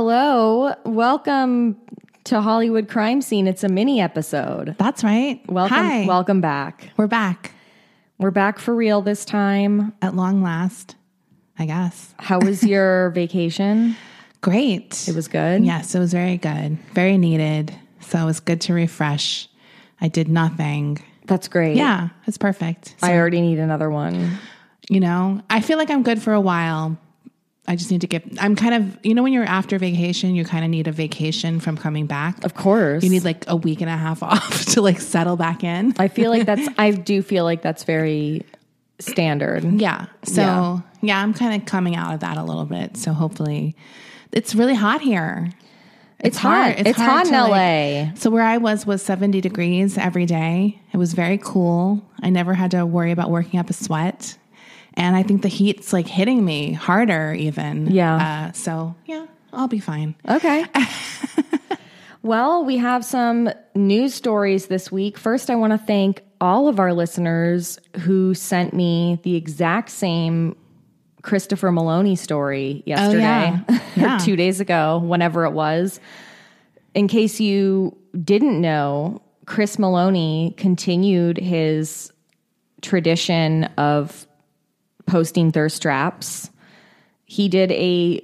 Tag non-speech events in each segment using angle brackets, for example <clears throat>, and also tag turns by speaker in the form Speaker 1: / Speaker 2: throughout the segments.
Speaker 1: Hello, welcome to Hollywood Crime Scene. It's a mini episode.
Speaker 2: That's right.
Speaker 1: Welcome,
Speaker 2: Hi.
Speaker 1: welcome back.
Speaker 2: We're back
Speaker 1: We're back for real this time.
Speaker 2: at long last, I guess.
Speaker 1: How was
Speaker 2: <laughs>
Speaker 1: your vacation?
Speaker 2: Great.
Speaker 1: It was good.
Speaker 2: yes, it was very good, very needed. So it was good to refresh. I did nothing.
Speaker 1: that's great.
Speaker 2: Yeah, it's perfect. So,
Speaker 1: I already need another one.
Speaker 2: you know, I feel like I'm good for a while. I just need to get, I'm kind of, you know, when you're after vacation, you kind of need a vacation from coming back.
Speaker 1: Of course,
Speaker 2: You need like a week and a half <laughs> off to like settle back in.
Speaker 1: I feel like
Speaker 2: <laughs>
Speaker 1: that's. I do feel like that's very standard.
Speaker 2: Yeah. So,
Speaker 1: Yeah.
Speaker 2: yeah, I'm kind of coming out of that a little bit. So, hopefully, it's really hot here.
Speaker 1: It's, hot. It's, hot in
Speaker 2: to,
Speaker 1: LA.
Speaker 2: like- so, where I was was 70 degrees every day. It was very cool. I never had to worry about working up a sweat. And I think the heat's like hitting me harder, even.
Speaker 1: Yeah.
Speaker 2: Uh, so, yeah, I'll be fine.
Speaker 1: Okay. <laughs> well, we have some news stories this week. First, I want to thank all of our listeners who sent me the exact same Christopher Maloney story yesterday,
Speaker 2: Oh,
Speaker 1: <laughs>
Speaker 2: yeah. Yeah.
Speaker 1: two days ago, whenever it was. In case you didn't know, Chris Maloney continued his tradition of posting thirst traps. He did a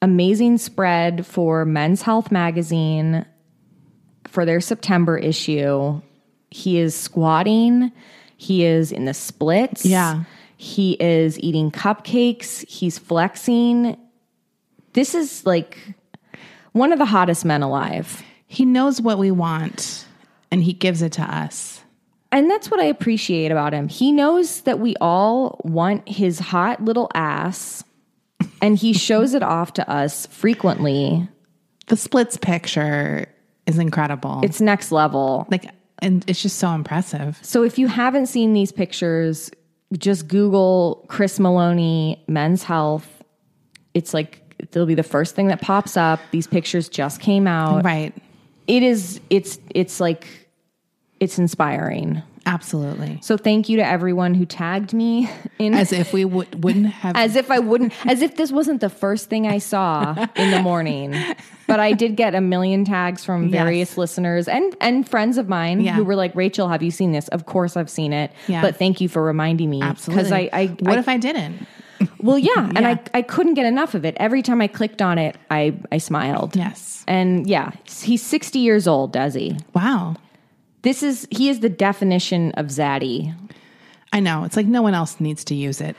Speaker 1: amazing spread for Men's Health magazine for their September issue. He is squatting, he is in the splits.
Speaker 2: Yeah.
Speaker 1: He is eating cupcakes, he's flexing. This is like one of the hottest men alive.
Speaker 2: He knows what we want and he gives it to us.
Speaker 1: And that's what I appreciate about him. He knows that we all want his hot little ass, and he shows it off to us frequently.
Speaker 2: The splits picture is incredible.
Speaker 1: It's next level.
Speaker 2: like, and it's just so impressive.
Speaker 1: So if you haven't seen these pictures, just Google Chris Maloney men's health. It's like it'll be the first thing that pops up. These pictures just came out.
Speaker 2: Right.
Speaker 1: It is it's it's like it's inspiring.
Speaker 2: Absolutely.
Speaker 1: So thank you to everyone who tagged me in
Speaker 2: As if we
Speaker 1: <laughs>
Speaker 2: would, wouldn't have.
Speaker 1: as if I wouldn't as if this wasn't the first thing I saw in the morning. But I did get a million tags from various listeners and and friends of mine
Speaker 2: Yeah.
Speaker 1: who were like, "Rachel, have you seen this?" Of course, I've seen it.
Speaker 2: Yeah.
Speaker 1: But thank you for reminding me
Speaker 2: absolutely.
Speaker 1: I, I,
Speaker 2: what
Speaker 1: I-
Speaker 2: if I didn't?
Speaker 1: well, yeah,
Speaker 2: <laughs>
Speaker 1: and I I couldn't get enough of it. Every time I clicked on it, I I smiled.
Speaker 2: Yes.
Speaker 1: And yeah, he's sixty years old, does he?
Speaker 2: Wow.
Speaker 1: This is he is the definition of zaddy.
Speaker 2: I know. It's like no one else needs to use it.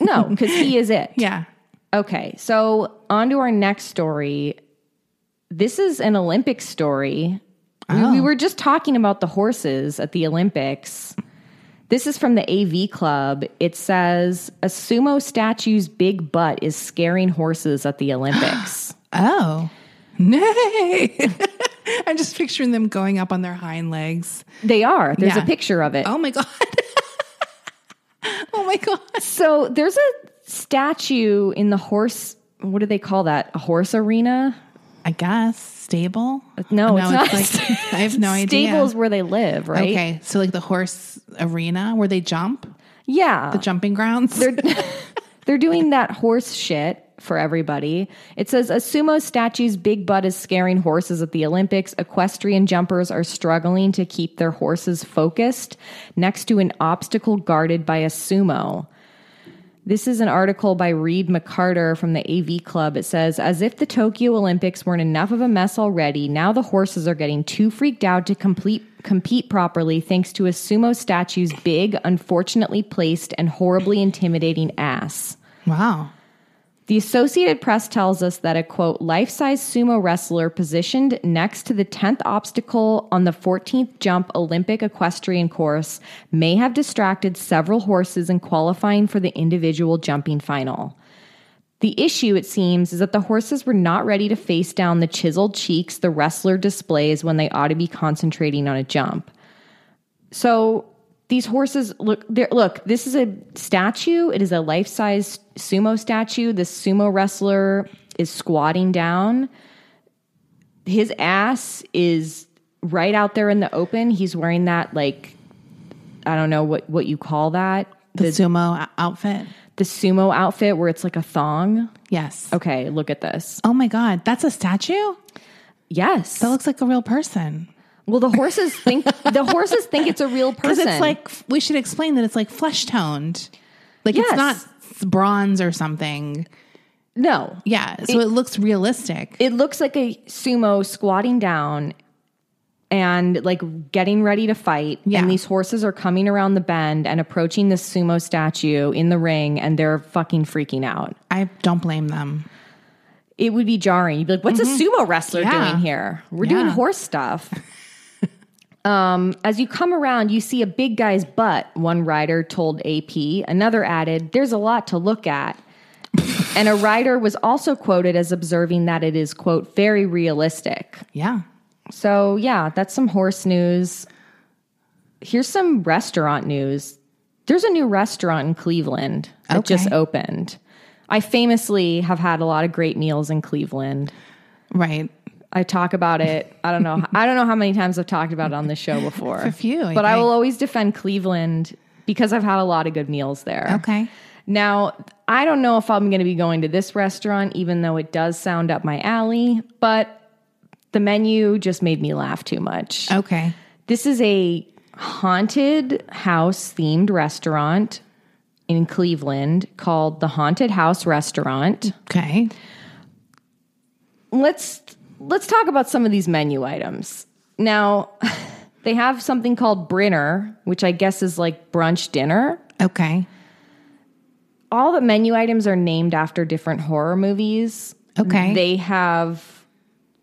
Speaker 1: No, because he is it.
Speaker 2: Yeah.
Speaker 1: Okay, so on to our next story. This is an Olympic story. We- We,
Speaker 2: Oh.
Speaker 1: were just talking about the horses at the Olympics. This is from the AV Club. It says a sumo statue's big butt is scaring horses at
Speaker 2: <gasps>
Speaker 1: the Olympics.
Speaker 2: Oh. <laughs> Nay. I'm just picturing them going up on their hind legs.
Speaker 1: they are. There's a
Speaker 2: Yeah.
Speaker 1: picture of it.
Speaker 2: Oh my God. <laughs> oh my God.
Speaker 1: So there's a statue in the horse. What do they call that? A horse arena?
Speaker 2: I guess. Stable?
Speaker 1: No, it's not.
Speaker 2: like,
Speaker 1: <laughs>
Speaker 2: I have no idea.
Speaker 1: Stables where they live, right?
Speaker 2: Okay. So, like the horse arena where they jump,
Speaker 1: Yeah.
Speaker 2: jumping grounds.
Speaker 1: they're <laughs> they're doing that horse shit for everybody. It says a sumo statue's big butt is scaring horses at the Olympics. Equestrian jumpers are struggling to keep their horses focused next to an obstacle guarded by a sumo. This is an article by Reed McCarter from the AV Club. It says, as if the Tokyo Olympics weren't enough of a mess already, now the horses are getting too freaked out to complete, compete properly thanks to a sumo statue's big, unfortunately placed, and horribly intimidating ass.
Speaker 2: wow.
Speaker 1: The Associated Press tells us that a quote, life size sumo wrestler positioned next to the 10th obstacle on the 14th jump Olympic equestrian course may have distracted several horses in qualifying for the individual jumping final. The issue, it seems, is that the horses were not ready to face down the chiseled cheeks the wrestler displays when they ought to be concentrating on a jump. So these horses look. they're- Look, this is a statue. It is a life-size sumo statue. This sumo wrestler is squatting down. His ass is right out there in the open. He's wearing that like I don't know what what you call that
Speaker 2: The, sumo o- outfit.
Speaker 1: the sumo outfit where it's like a thong.
Speaker 2: Yes.
Speaker 1: Okay, look at this.
Speaker 2: Oh my God, that's a statue?
Speaker 1: Yes.
Speaker 2: That looks like a real person.
Speaker 1: Well, the horses think the horses think it's a
Speaker 2: <laughs>
Speaker 1: real
Speaker 2: Because
Speaker 1: person.
Speaker 2: it's like, we should explain that it's like flesh toned. Like
Speaker 1: Yes.
Speaker 2: it's not bronze or something.
Speaker 1: no,
Speaker 2: Yeah. So it, looks realistic.
Speaker 1: it looks like a sumo squatting down and like getting ready to fight
Speaker 2: Yeah.
Speaker 1: and these horses are coming around the bend and approaching this sumo statue in the ring and they're fucking freaking out
Speaker 2: I don't blame them.
Speaker 1: it would be jarring you'd be like what's a sumo wrestler
Speaker 2: Mm-hmm. Yeah.
Speaker 1: doing here we're doing
Speaker 2: Yeah.
Speaker 1: horse stuff <laughs> um, as you come around you see a big guy's butt one rider told ap another added there's a lot to look at and a rider was also quoted as observing that it is quote very realistic
Speaker 2: Yeah.
Speaker 1: So, yeah, that's some horse news. Here's some restaurant news. There's a new restaurant in Cleveland that
Speaker 2: Okay.
Speaker 1: just opened. I famously have had a lot of great meals in Cleveland.
Speaker 2: Right.
Speaker 1: I talk about it. I don't know. I don't know how many times I've talked about it on the
Speaker 2: <laughs>
Speaker 1: show before.
Speaker 2: A few.
Speaker 1: but I
Speaker 2: think.
Speaker 1: will always defend Cleveland because I've had a lot of good meals there.
Speaker 2: Okay.
Speaker 1: Now, I don't know if I'm going to be going to this restaurant, even though it does sound up my alley, but the menu just made me laugh too much.
Speaker 2: Okay.
Speaker 1: This is a haunted house themed restaurant in Cleveland called the Haunted House Restaurant.
Speaker 2: Okay.
Speaker 1: Let's let's talk about some of these menu items. Now, <laughs> they have something called Brinner, which I guess is like brunch dinner.
Speaker 2: Okay.
Speaker 1: All the menu items are named after different horror movies.
Speaker 2: Okay.
Speaker 1: They have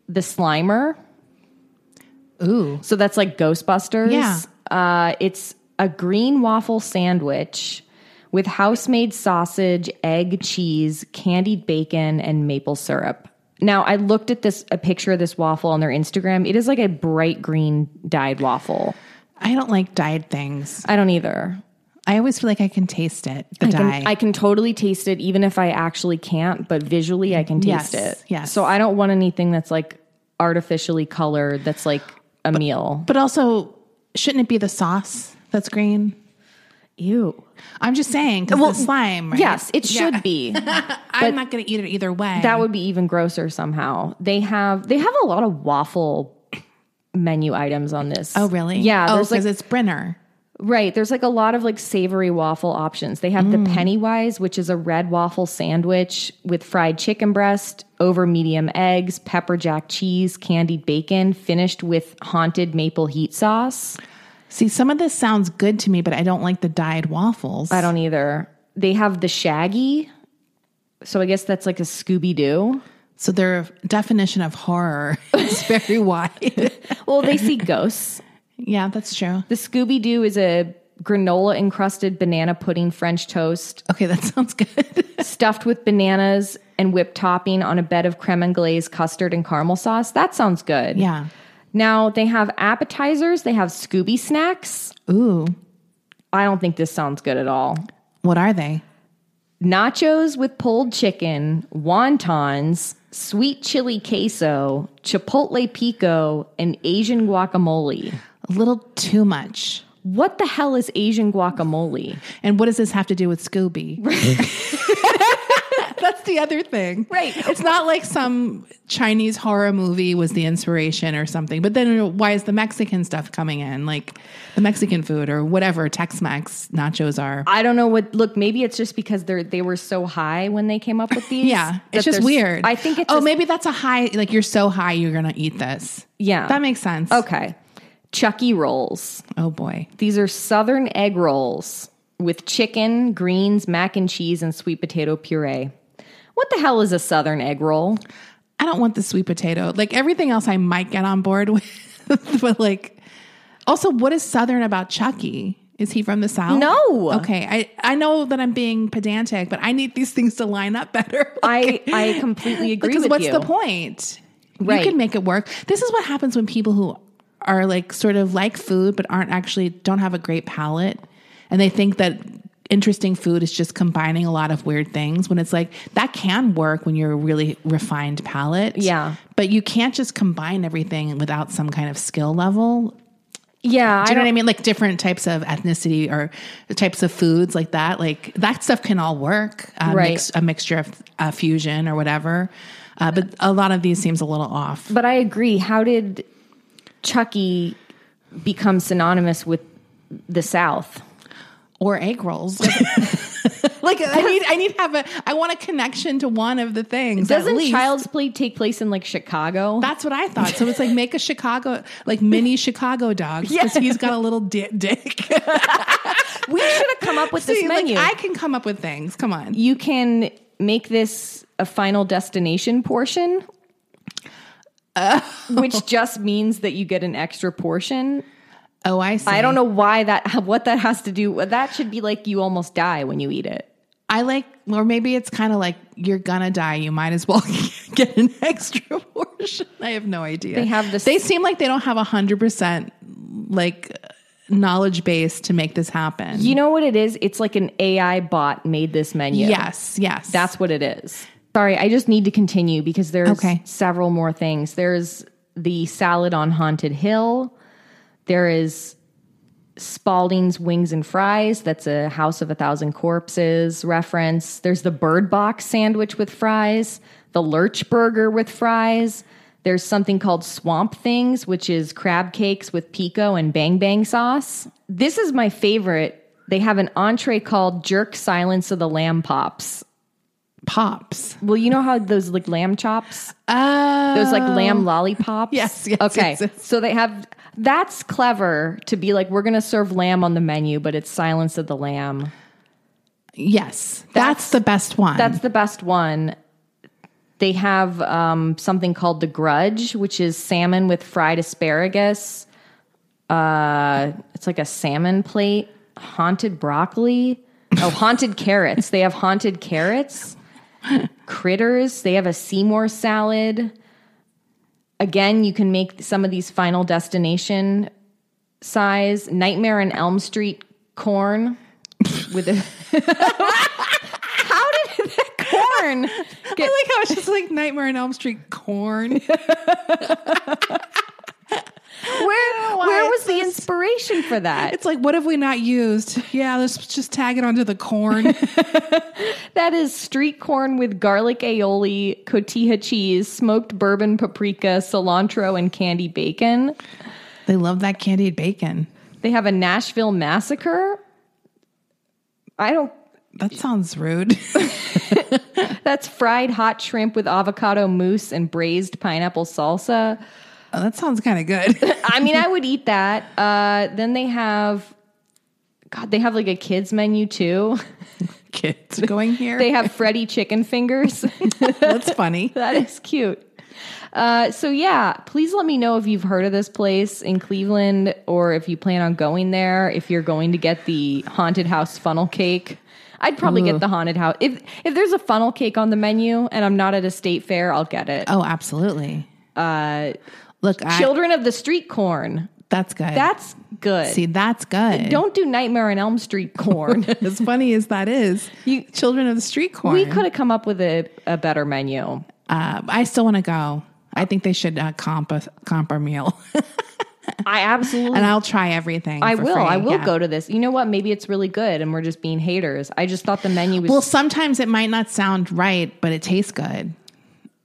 Speaker 1: the Slimer,
Speaker 2: Ooh.
Speaker 1: So that's like Ghostbusters.
Speaker 2: Yeah.
Speaker 1: Uh, it's a green waffle sandwich with house made sausage, egg, cheese, candied bacon, and maple syrup. Now I looked at this a picture of this waffle on their Instagram. It is like a bright green dyed waffle.
Speaker 2: I don't like dyed things.
Speaker 1: I don't either.
Speaker 2: I always feel like I can taste it, the
Speaker 1: I
Speaker 2: dye.
Speaker 1: can, I can totally taste it, even if I actually can't. But visually, I can taste
Speaker 2: Yes,
Speaker 1: it.
Speaker 2: yes.
Speaker 1: So I don't want anything that's like artificially colored. That's like a meal.
Speaker 2: but also, shouldn't it be the sauce that's green?
Speaker 1: Ew.
Speaker 2: I'm just saying, because
Speaker 1: Well,
Speaker 2: the slime, right?
Speaker 1: Yes, it should be.
Speaker 2: I'm not going to eat it either way.
Speaker 1: <laughs> That would be even grosser somehow. They have they have a lot of waffle menu items on this.
Speaker 2: oh, really?
Speaker 1: Yeah.
Speaker 2: Oh,
Speaker 1: there's
Speaker 2: because
Speaker 1: like
Speaker 2: it's Brenner.
Speaker 1: right. There's like a lot of like savory waffle options. They have the Pennywise, which is a red waffle sandwich with fried chicken breast, over medium eggs, pepper jack cheese, candied bacon, finished with haunted maple heat sauce.
Speaker 2: See, some of this sounds good to me, but I don't like the dyed waffles.
Speaker 1: I don't either. They have the Shaggy. So I guess that's like a Scooby Doo.
Speaker 2: so their definition of horror <laughs> is very wide.
Speaker 1: Well, they <laughs> see ghosts.
Speaker 2: yeah, that's true.
Speaker 1: The Scooby Doo is a granola encrusted banana pudding French toast
Speaker 2: Okay, that <laughs> sounds good.
Speaker 1: stuffed with bananas and whipped topping on a bed of creme and glaze custard and caramel sauce. That sounds good.
Speaker 2: yeah.
Speaker 1: Now they have appetizers, they have Scooby snacks.
Speaker 2: Ooh,
Speaker 1: I don't think this sounds good at all.
Speaker 2: what are they?
Speaker 1: Nachos with pulled chicken, wontons, sweet chili queso, chipotle pico, and Asian guacamole.
Speaker 2: A little too much.
Speaker 1: What the hell is Asian guacamole?
Speaker 2: And what does this have to do with Scooby? <laughs> That's the other thing.
Speaker 1: Right.
Speaker 2: It's not like some Chinese horror movie was the inspiration or something. But then why is the Mexican stuff coming in? Like the Mexican food or whatever Tex Mex nachos are.
Speaker 1: I don't know what. Look, maybe it's just because they're they were so high when they came up
Speaker 2: <laughs>
Speaker 1: with these.
Speaker 2: Yeah.
Speaker 1: that
Speaker 2: It's just
Speaker 1: there's-
Speaker 2: weird.
Speaker 1: I think it's
Speaker 2: Oh,
Speaker 1: just-
Speaker 2: maybe that's a high like you're so high you're gonna eat this.
Speaker 1: yeah.
Speaker 2: That makes sense.
Speaker 1: okay. Chucky rolls.
Speaker 2: Oh boy.
Speaker 1: These are southern egg rolls with chicken, greens, mac and cheese, and sweet potato puree. What the hell is a southern egg roll?
Speaker 2: I don't want the sweet potato. Like everything else I might get on board <laughs> with. but like also what is southern about Chucky? Is he from the South?
Speaker 1: No.
Speaker 2: Okay. I, I know that I'm being pedantic, but I need these things to line up better. <laughs>
Speaker 1: I I completely agree
Speaker 2: because
Speaker 1: with
Speaker 2: what's
Speaker 1: you.
Speaker 2: the point?
Speaker 1: Right.
Speaker 2: You can make it work. This is what happens when people who are like sort of like food but aren't actually don't have a great palate and they think that interesting food is just combining a lot of weird things when it's like that can work when you're a really refined palate.
Speaker 1: Yeah.
Speaker 2: But you can't just combine everything without some kind of skill level.
Speaker 1: Yeah,
Speaker 2: Do you know what I mean? Like different types of ethnicity or types of foods like that. Like that stuff can all work. Uh,
Speaker 1: Right.
Speaker 2: mix- a mixture of uh, fusion or whatever. Uh, but a lot of these seems a little off.
Speaker 1: But I agree. How did Chucky become synonymous with the South?
Speaker 2: Or egg rolls. <laughs> like I need, I need to have a, I want a connection to one of the things. at
Speaker 1: Doesn't
Speaker 2: least.
Speaker 1: Child's Play take place in like Chicago?
Speaker 2: That's what I thought. So it's like make a Chicago, like mini Chicago <laughs> dogs, because
Speaker 1: Yeah.
Speaker 2: he's got a little di- dick.
Speaker 1: we should have come up with this
Speaker 2: <laughs> See, like,
Speaker 1: menu.
Speaker 2: I can come up with things. Come on.
Speaker 1: you can make this a final destination portion, which just means that you get an extra portion.
Speaker 2: Oh, I see.
Speaker 1: I don't know why that, <laughs> what that has to do. That should be like you almost die when you eat it.
Speaker 2: I like, or maybe it's kind of like you're gonna die. You might as well <laughs> get an extra <laughs> portion. I have no idea.
Speaker 1: They have this-
Speaker 2: They seem like they don't have a hundred percent like knowledge base to make this happen.
Speaker 1: You know what it is? It's like an AI bot made this menu.
Speaker 2: Yes. Yes.
Speaker 1: That's what it is. Sorry, I just need to continue because there's
Speaker 2: Okay.
Speaker 1: several more things. There's the salad on Haunted Hill. There is Spalding's Wings and Fries. That's a House of a Thousand Corpses reference. There's the Bird Box sandwich with fries, the Lurch Burger with fries. There's something called Swamp Things, which is crab cakes with pico and bang bang sauce. This is my favorite. They have an entree called Jerk Silence of the Lamb Pops.
Speaker 2: pops.
Speaker 1: Well, you know how those like lamb chops,
Speaker 2: Uh,
Speaker 1: those like lamb lollipops.
Speaker 2: Yes, yes,
Speaker 1: Okay.
Speaker 2: yes, yes.
Speaker 1: So they have. That's clever to be like we're going to serve lamb on the menu, but it's Silence of the Lamb.
Speaker 2: yes. That's, the best one.
Speaker 1: That's the best one. They have um, something called the Grudge, which is salmon with fried asparagus. Uh, it's like a salmon plate, haunted broccoli. Oh, haunted carrots. They have haunted carrots, critters. They have a Seymour salad. Again, you can make some of these final destination size Nightmare and Elm Street corn with a. How did that corn?
Speaker 2: I like how it's just like Nightmare on Elm
Speaker 1: <laughs>
Speaker 2: Street corn.
Speaker 1: Where
Speaker 2: why
Speaker 1: where
Speaker 2: it
Speaker 1: was the inspiration for that?
Speaker 2: It's like, what have we not used? Yeah, let's just tag it onto the corn.
Speaker 1: <laughs> <laughs> That is street corn with garlic aioli, cotija cheese, smoked bourbon paprika, cilantro, and candy bacon.
Speaker 2: they love that candied bacon.
Speaker 1: They have a Nashville massacre. I don't.
Speaker 2: That sounds rude. <laughs>
Speaker 1: That's fried hot shrimp with avocado mousse and braised pineapple salsa.
Speaker 2: Oh, that sounds kind of good.
Speaker 1: I mean, I would eat that. Uh, then they have, God, they have like a kids menu too.
Speaker 2: Kids <laughs> going here.
Speaker 1: They have Freddy chicken fingers. <laughs>
Speaker 2: That's funny.
Speaker 1: That is cute. Uh, so yeah, please let me know if you've heard of this place in Cleveland or if you plan on going there. If you're going to get the haunted house funnel cake, I'd probably get the haunted house. If if there's a funnel cake on the menu and I'm not at a state fair, I'll get it.
Speaker 2: Oh, absolutely.
Speaker 1: Uh,
Speaker 2: Look, I,
Speaker 1: Children of the Street corn.
Speaker 2: that's good.
Speaker 1: That's good.
Speaker 2: See, that's good.
Speaker 1: Don't do Nightmare on Elm
Speaker 2: <laughs>
Speaker 1: Street corn.
Speaker 2: as funny as that is, you children of the street corn.
Speaker 1: <laughs> we could have come up with a, a better menu.
Speaker 2: uh, I still want to go. I think they should uh, comp a comp our meal, <laughs>
Speaker 1: I absolutely
Speaker 2: and I'll try everything.
Speaker 1: I
Speaker 2: for
Speaker 1: will.
Speaker 2: free.
Speaker 1: I will
Speaker 2: Yeah.
Speaker 1: go to this. You know what? Maybe it's really good and we're just being haters. I just thought the menu was
Speaker 2: Well, sometimes it might not sound right, but it tastes good.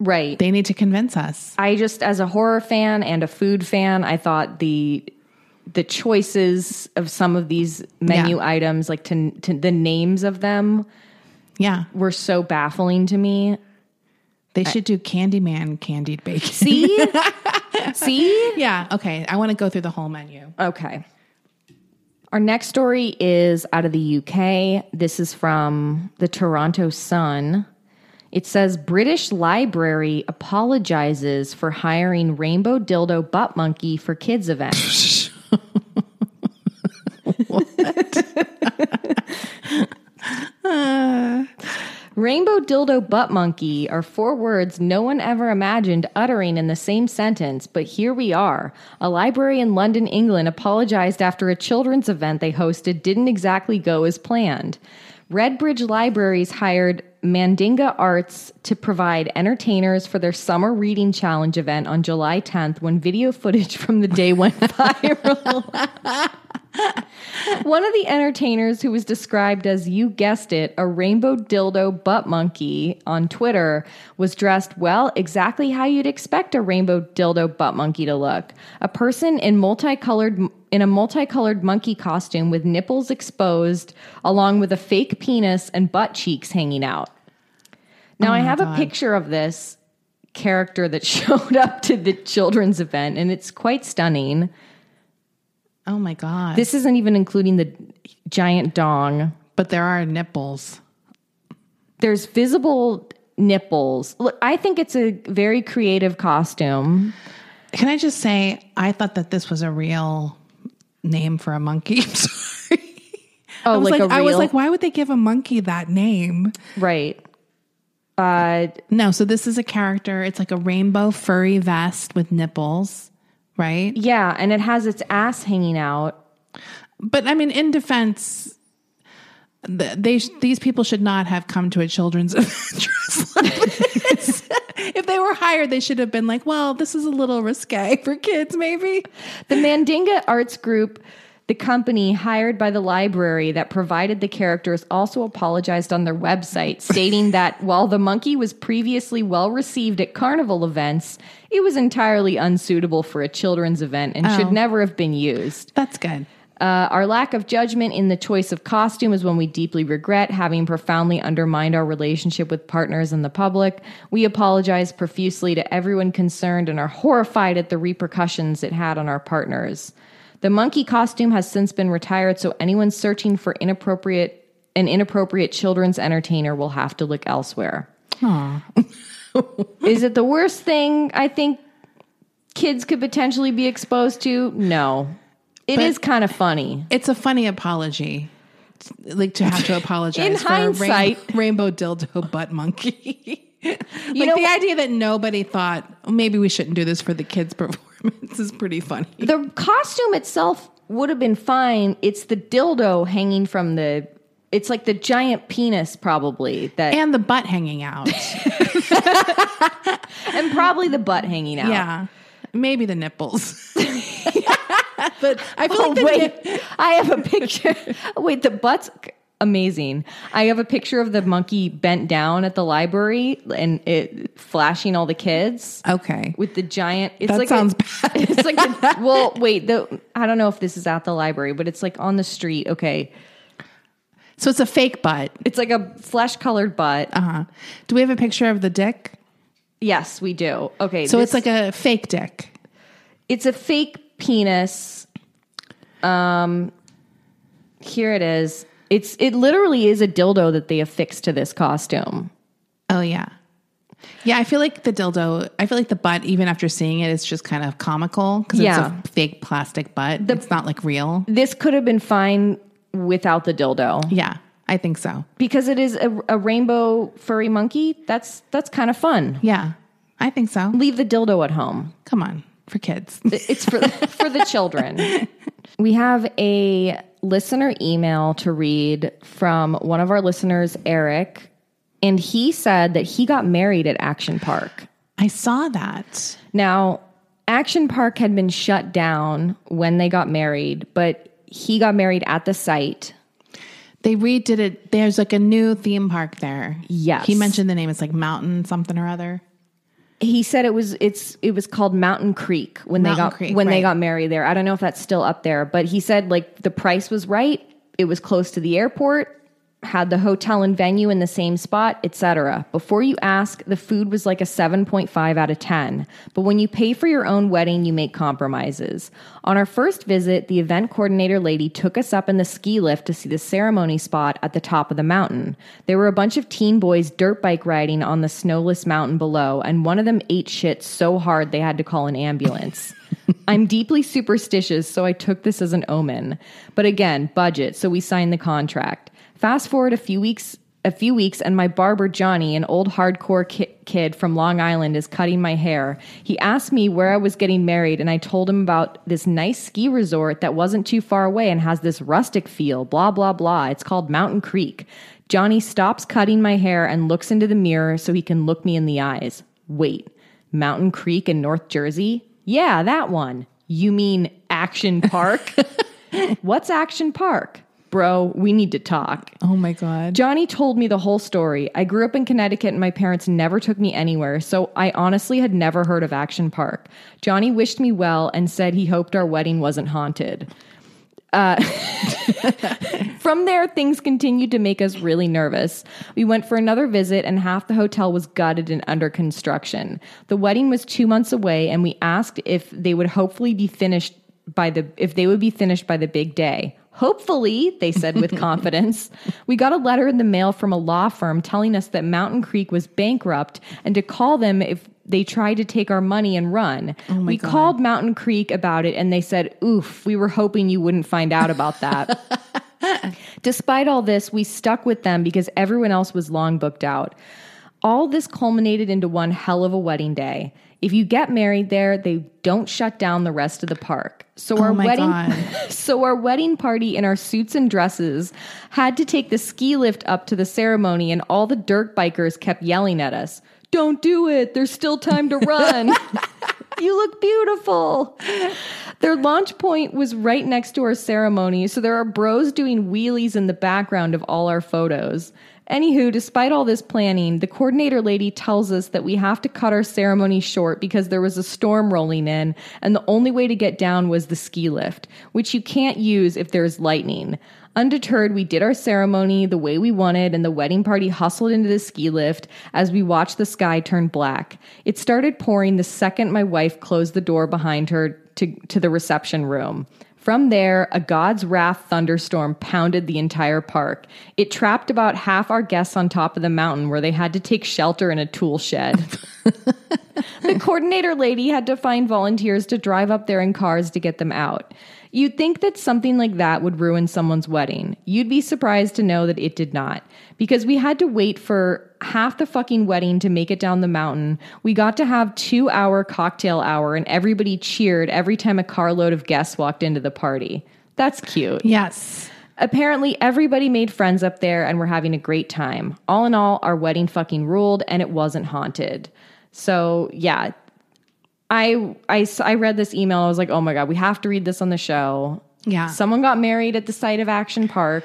Speaker 1: right.
Speaker 2: They need to convince us.
Speaker 1: I just as a horror fan and a food fan, I thought the the choices of some of these menu
Speaker 2: Yeah.
Speaker 1: items like to, to the names of them
Speaker 2: Yeah,
Speaker 1: were so baffling to me.
Speaker 2: they should do Candyman candied
Speaker 1: <laughs>
Speaker 2: bacon.
Speaker 1: See? See?
Speaker 2: yeah. Okay. I want to go through the whole menu.
Speaker 1: Okay. Our next story is out of the UK. This is from the Toronto Sun. It says British Library apologizes for hiring Rainbow Dildo Butt Monkey for kids event. Rainbow Dildo Butt Monkey are four words no one ever imagined uttering in the same sentence, but here we are. A library in London, England apologized after a children's event they hosted didn't exactly go as planned. Redbridge Libraries hired Mandinga Arts to provide entertainers for their summer reading challenge event on July 10th when video footage from the day went <laughs> viral. One of the entertainers who was described as, you guessed it, a rainbow dildo butt monkey on Twitter was dressed, well, exactly how you'd expect a rainbow dildo butt monkey to look. A person in multicolored in a multicolored monkey costume with nipples exposed, along with a fake penis and butt cheeks hanging out. Now, I have a picture of this character that <laughs> showed up to the children's event, and it's quite stunning.
Speaker 2: Oh my god!
Speaker 1: This isn't even including the giant dong.
Speaker 2: but there are nipples.
Speaker 1: There's visible nipples. Look, I think it's a very creative costume.
Speaker 2: Can I just say I thought that this was a real name for a monkey. <laughs> I'm sorry.
Speaker 1: Oh,
Speaker 2: I was
Speaker 1: like,
Speaker 2: like,
Speaker 1: a real,
Speaker 2: I was like, why would they give a monkey that name?
Speaker 1: right. Uh,
Speaker 2: No, so this is a character. It's like a rainbow furry vest with nipples, right?
Speaker 1: yeah, and it has its ass hanging out.
Speaker 2: But I mean, in defense, th- they sh- these people should not have come to a children's <laughs> event dressed like this. if they were hired, they should have been like, "Well, this is a little risque for kids, maybe."
Speaker 1: The Mandinga Arts Group, the company hired by the library that provided the characters, also apologized on their
Speaker 2: <laughs>
Speaker 1: website, stating that while the monkey was previously well received at carnival events, it was entirely unsuitable for a children's event and
Speaker 2: Oh.
Speaker 1: should never have been used.
Speaker 2: That's good.
Speaker 1: Uh, our lack of judgment in the choice of costume is when we deeply regret having profoundly undermined our relationship with partners and the public. We apologize profusely to everyone concerned and are horrified at the repercussions it had on our partners. The monkey costume has since been retired, so anyone searching for inappropriate an inappropriate children's entertainer will have to look elsewhere. is it the worst thing I think kids could potentially be exposed to? No. it is kind of funny.
Speaker 2: It's a funny apology, like to <laughs> have to apologize
Speaker 1: In
Speaker 2: for a rain-
Speaker 1: hindsight.
Speaker 2: rainbow dildo butt <laughs> monkey. like
Speaker 1: know
Speaker 2: the
Speaker 1: what-
Speaker 2: idea that nobody thought "Oh, maybe we shouldn't do this for the kids' <laughs> performance is pretty funny.
Speaker 1: The costume itself would have been fine. It's the dildo hanging from the. It's like the giant penis, probably that, and,
Speaker 2: And the butt hanging <laughs> out.
Speaker 1: probably the butt hanging out.
Speaker 2: Yeah. Maybe the <laughs> nipples. but I feel
Speaker 1: Oh
Speaker 2: like
Speaker 1: <laughs>
Speaker 2: the
Speaker 1: wait,
Speaker 2: nip-
Speaker 1: I have a picture. <laughs> wait, the butt's amazing. I have a picture of the monkey bent down at the library and it flashing all the kids.
Speaker 2: Okay.
Speaker 1: with the giant. It's
Speaker 2: That
Speaker 1: like
Speaker 2: sounds
Speaker 1: a, bad. <laughs> It's like the, well, wait. The I don't know if this is at the library, but it's like on the street. Okay,
Speaker 2: So it's a fake butt.
Speaker 1: it's like a flesh colored butt.
Speaker 2: Uh-huh. Do we have a picture of the dick?
Speaker 1: Yes, we do. Okay,
Speaker 2: So it's like a fake dick.
Speaker 1: it's a fake penis. Um, here it is. It's it literally is a dildo that they affix to this costume.
Speaker 2: Oh yeah. Yeah, I feel like the dildo, I feel like the butt even after seeing it it's just kind of comical cuz
Speaker 1: Yeah.
Speaker 2: it's a fake plastic butt. it's not like real.
Speaker 1: This could have been fine without the dildo
Speaker 2: Yeah, I think so.
Speaker 1: because it is a, a rainbow furry monkey. That's that's kind of fun.
Speaker 2: Yeah. I think so.
Speaker 1: Leave the dildo at home.
Speaker 2: Come on, for kids. <laughs>
Speaker 1: It's for for the children. <laughs> We have a listener email to read from one of our listeners, Eric, and he said that he got married at Action Park.
Speaker 2: I saw that.
Speaker 1: Now, Action Park had been shut down when they got married, but he got married at the site.
Speaker 2: They redid it. There's like a new theme park there.
Speaker 1: Yes.
Speaker 2: He mentioned the name. It's like Mountain something or other.
Speaker 1: He said it was it's it was called Mountain Creek when
Speaker 2: Mountain
Speaker 1: they got
Speaker 2: Creek,
Speaker 1: when they
Speaker 2: right.
Speaker 1: got married there. I don't know if that's still up there, but he said like the price was right. It was close to the airport, had the hotel and venue in the same spot, etc. Before you ask, the food was like a 7.5 out of 10. But when you pay for your own wedding, you make compromises. On our first visit, the event coordinator lady took us up in the ski lift to see the ceremony spot at the top of the mountain. There were a bunch of teen boys dirt bike riding on the snowless mountain below, and one of them ate shit so hard they had to call an ambulance. I'm deeply superstitious, so I took this as an omen. But again, budget, so we signed the contract. Fast forward a few weeks, a few weeks, and my barber Johnny, an old hardcore ki- kid from Long Island, is cutting my hair. He asked me where I was getting married, and I told him about this nice ski resort that wasn't too far away and has this rustic feel. Blah blah blah. It's called Mountain Creek. Johnny stops cutting my hair and looks into the mirror so he can look me in the eyes. Wait, Mountain Creek in North Jersey? Yeah, that one. You mean Action Park? What's Action Park? Bro, we need to talk.
Speaker 2: Oh my God.
Speaker 1: Johnny told me the whole story. I grew up in Connecticut and my parents never took me anywhere, so I honestly had never heard of Action Park. Johnny wished me well and said he hoped our wedding wasn't haunted. Uh, from there, things continued to make us really nervous. We went for another visit, and half the hotel was gutted and under construction. The wedding was two months away, and we asked if they would hopefully be finished by the if they would be finished by the big day. Hopefully, they said with confidence. We got a letter in the mail from a law firm telling us that Mountain Creek was bankrupt and to call them if they tried to take our money and run. we called Mountain Creek about it and they said, Oof, we were hoping you wouldn't find out about that. Despite all this, we stuck with them because everyone else was long booked out. All this culminated into one hell of a wedding day. If you get married there, they don't shut down the rest of the park. So our
Speaker 2: Oh my
Speaker 1: wedding
Speaker 2: God.
Speaker 1: <laughs> so our wedding party in our suits and dresses had to take the ski lift up to the ceremony and all the dirt bikers kept yelling at us. Don't do it. There's still time to
Speaker 2: <laughs>
Speaker 1: run. you look beautiful. Their launch point was right next to our ceremony, so there are bros doing wheelies in the background of all our photos. Anywho, despite all this planning, the coordinator lady tells us that we have to cut our ceremony short because there was a storm rolling in, and the only way to get down was the ski lift, which you can't use if there's lightning. Undeterred, we did our ceremony the way we wanted, and the wedding party hustled into the ski lift as we watched the sky turn black. It started pouring the second my wife closed the door behind her to, to the reception room. From there, a God's wrath thunderstorm pounded the entire park. It trapped about half our guests on top of the mountain where they had to take shelter in a tool shed. <laughs> the coordinator lady had to find volunteers to drive up there in cars to get them out. You'd think that something like that would ruin someone's wedding. You'd be surprised to know that it did not. Because we had to wait for half the fucking wedding to make it down the mountain. We got to have two hour cocktail hour and everybody cheered every time a carload of guests walked into the party. That's cute.
Speaker 2: Yes.
Speaker 1: Apparently, everybody made friends up there and we're having a great time. All in all, our wedding fucking ruled and it wasn't haunted. So, yeah. I, I, s- I read this email. I was like, oh my God, we have to read this on the show.
Speaker 2: Yeah.
Speaker 1: Someone got married at the site of Action Park.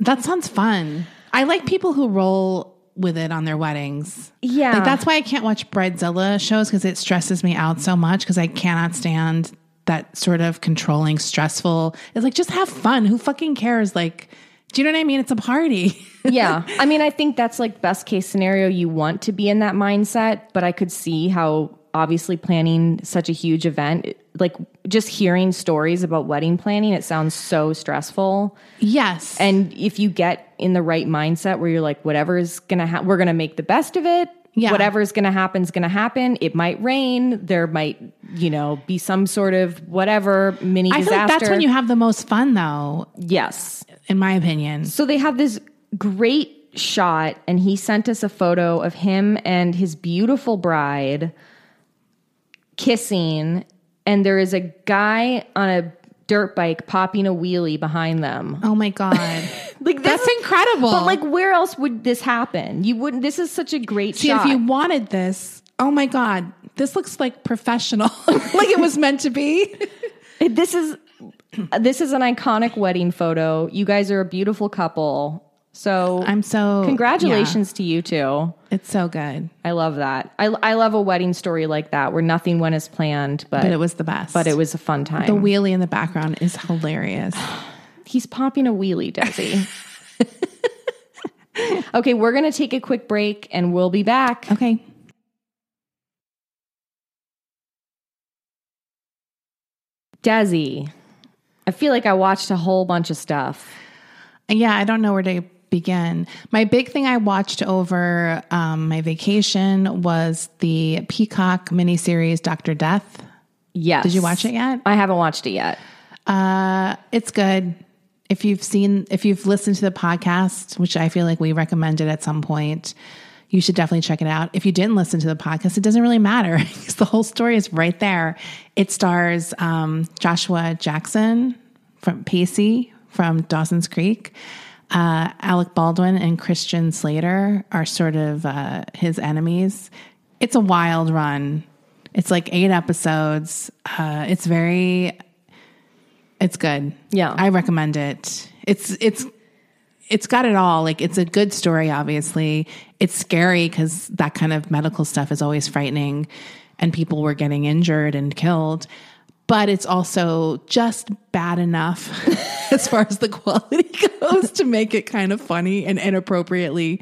Speaker 2: That sounds fun. I like people who roll with it on their weddings.
Speaker 1: Yeah.
Speaker 2: Like <laughs> that's why I can't watch Bridezilla shows because it stresses me out so much because I cannot stand that sort of controlling, stressful. It's like just have fun. Who fucking cares? Like, do you know what I mean? It's a party. <laughs>
Speaker 1: yeah. I mean, I think that's like best case scenario. You want to be in that mindset, but I could see how obviously planning such a huge event, it- like just hearing stories about wedding planning, it sounds so stressful.
Speaker 2: yes.
Speaker 1: And if you get in the right mindset where you're like, whatever's gonna happen, we're gonna make the best of it.
Speaker 2: Yeah.
Speaker 1: Whatever's gonna happen's gonna happen. It might rain. There might, you know, be some sort of whatever mini
Speaker 2: I feel
Speaker 1: disaster.
Speaker 2: like that's when you have the most fun though,
Speaker 1: yes.
Speaker 2: in my opinion.
Speaker 1: So they have this great shot, and he sent us a photo of him and his beautiful bride kissing, and there is a guy on a dirt bike popping a wheelie behind them.
Speaker 2: Oh my
Speaker 1: <laughs>
Speaker 2: God.
Speaker 1: Like this
Speaker 2: that's
Speaker 1: is-
Speaker 2: incredible.
Speaker 1: But like, where else would this happen? You wouldn't. This is such a great
Speaker 2: See,
Speaker 1: shot.
Speaker 2: if you wanted this, oh my God, this looks like professional, <laughs> like it was meant
Speaker 1: <laughs>
Speaker 2: to be.
Speaker 1: this is <clears throat> this is an iconic wedding photo. You guys are a beautiful couple. So
Speaker 2: I'm so
Speaker 1: congratulations to you two.
Speaker 2: yeah, it's so good,
Speaker 1: I love that. I, I love a wedding story like that where nothing went as planned, but,
Speaker 2: but it was the best.
Speaker 1: but it was a fun time.
Speaker 2: the wheelie in the background is hilarious.
Speaker 1: He's popping a wheelie,
Speaker 2: <laughs>
Speaker 1: Desi. okay, we're going to take a quick break and we'll be back.
Speaker 2: Okay,
Speaker 1: Desi, I feel like I watched a whole bunch of stuff.
Speaker 2: yeah, I don't know where to begin. My big thing I watched over um, my vacation was the Peacock miniseries Doctor Death.
Speaker 1: Yes.
Speaker 2: Did you watch it yet?
Speaker 1: I haven't watched it yet.
Speaker 2: Uh, it's good. If you've seen, if you've listened to the podcast, which I feel like we recommended at some point, you should definitely check it out. If you didn't listen to the podcast, it doesn't really matter <laughs> because the whole story is right there. It stars um, Joshua Jackson from Pacey from Dawson's Creek, Uh, Alec Baldwin and Christian Slater are sort of uh, his enemies. It's a wild run. It's like eight episodes. Uh, it's very, it's good.
Speaker 1: Yeah.
Speaker 2: I recommend it. It's it's it's got it all. Like it's a good story. Obviously, it's scary because that kind of medical stuff is always frightening, and people were getting injured and killed. But it's also just bad enough <laughs> as far as the quality <laughs> goes to make it kind of funny and inappropriately,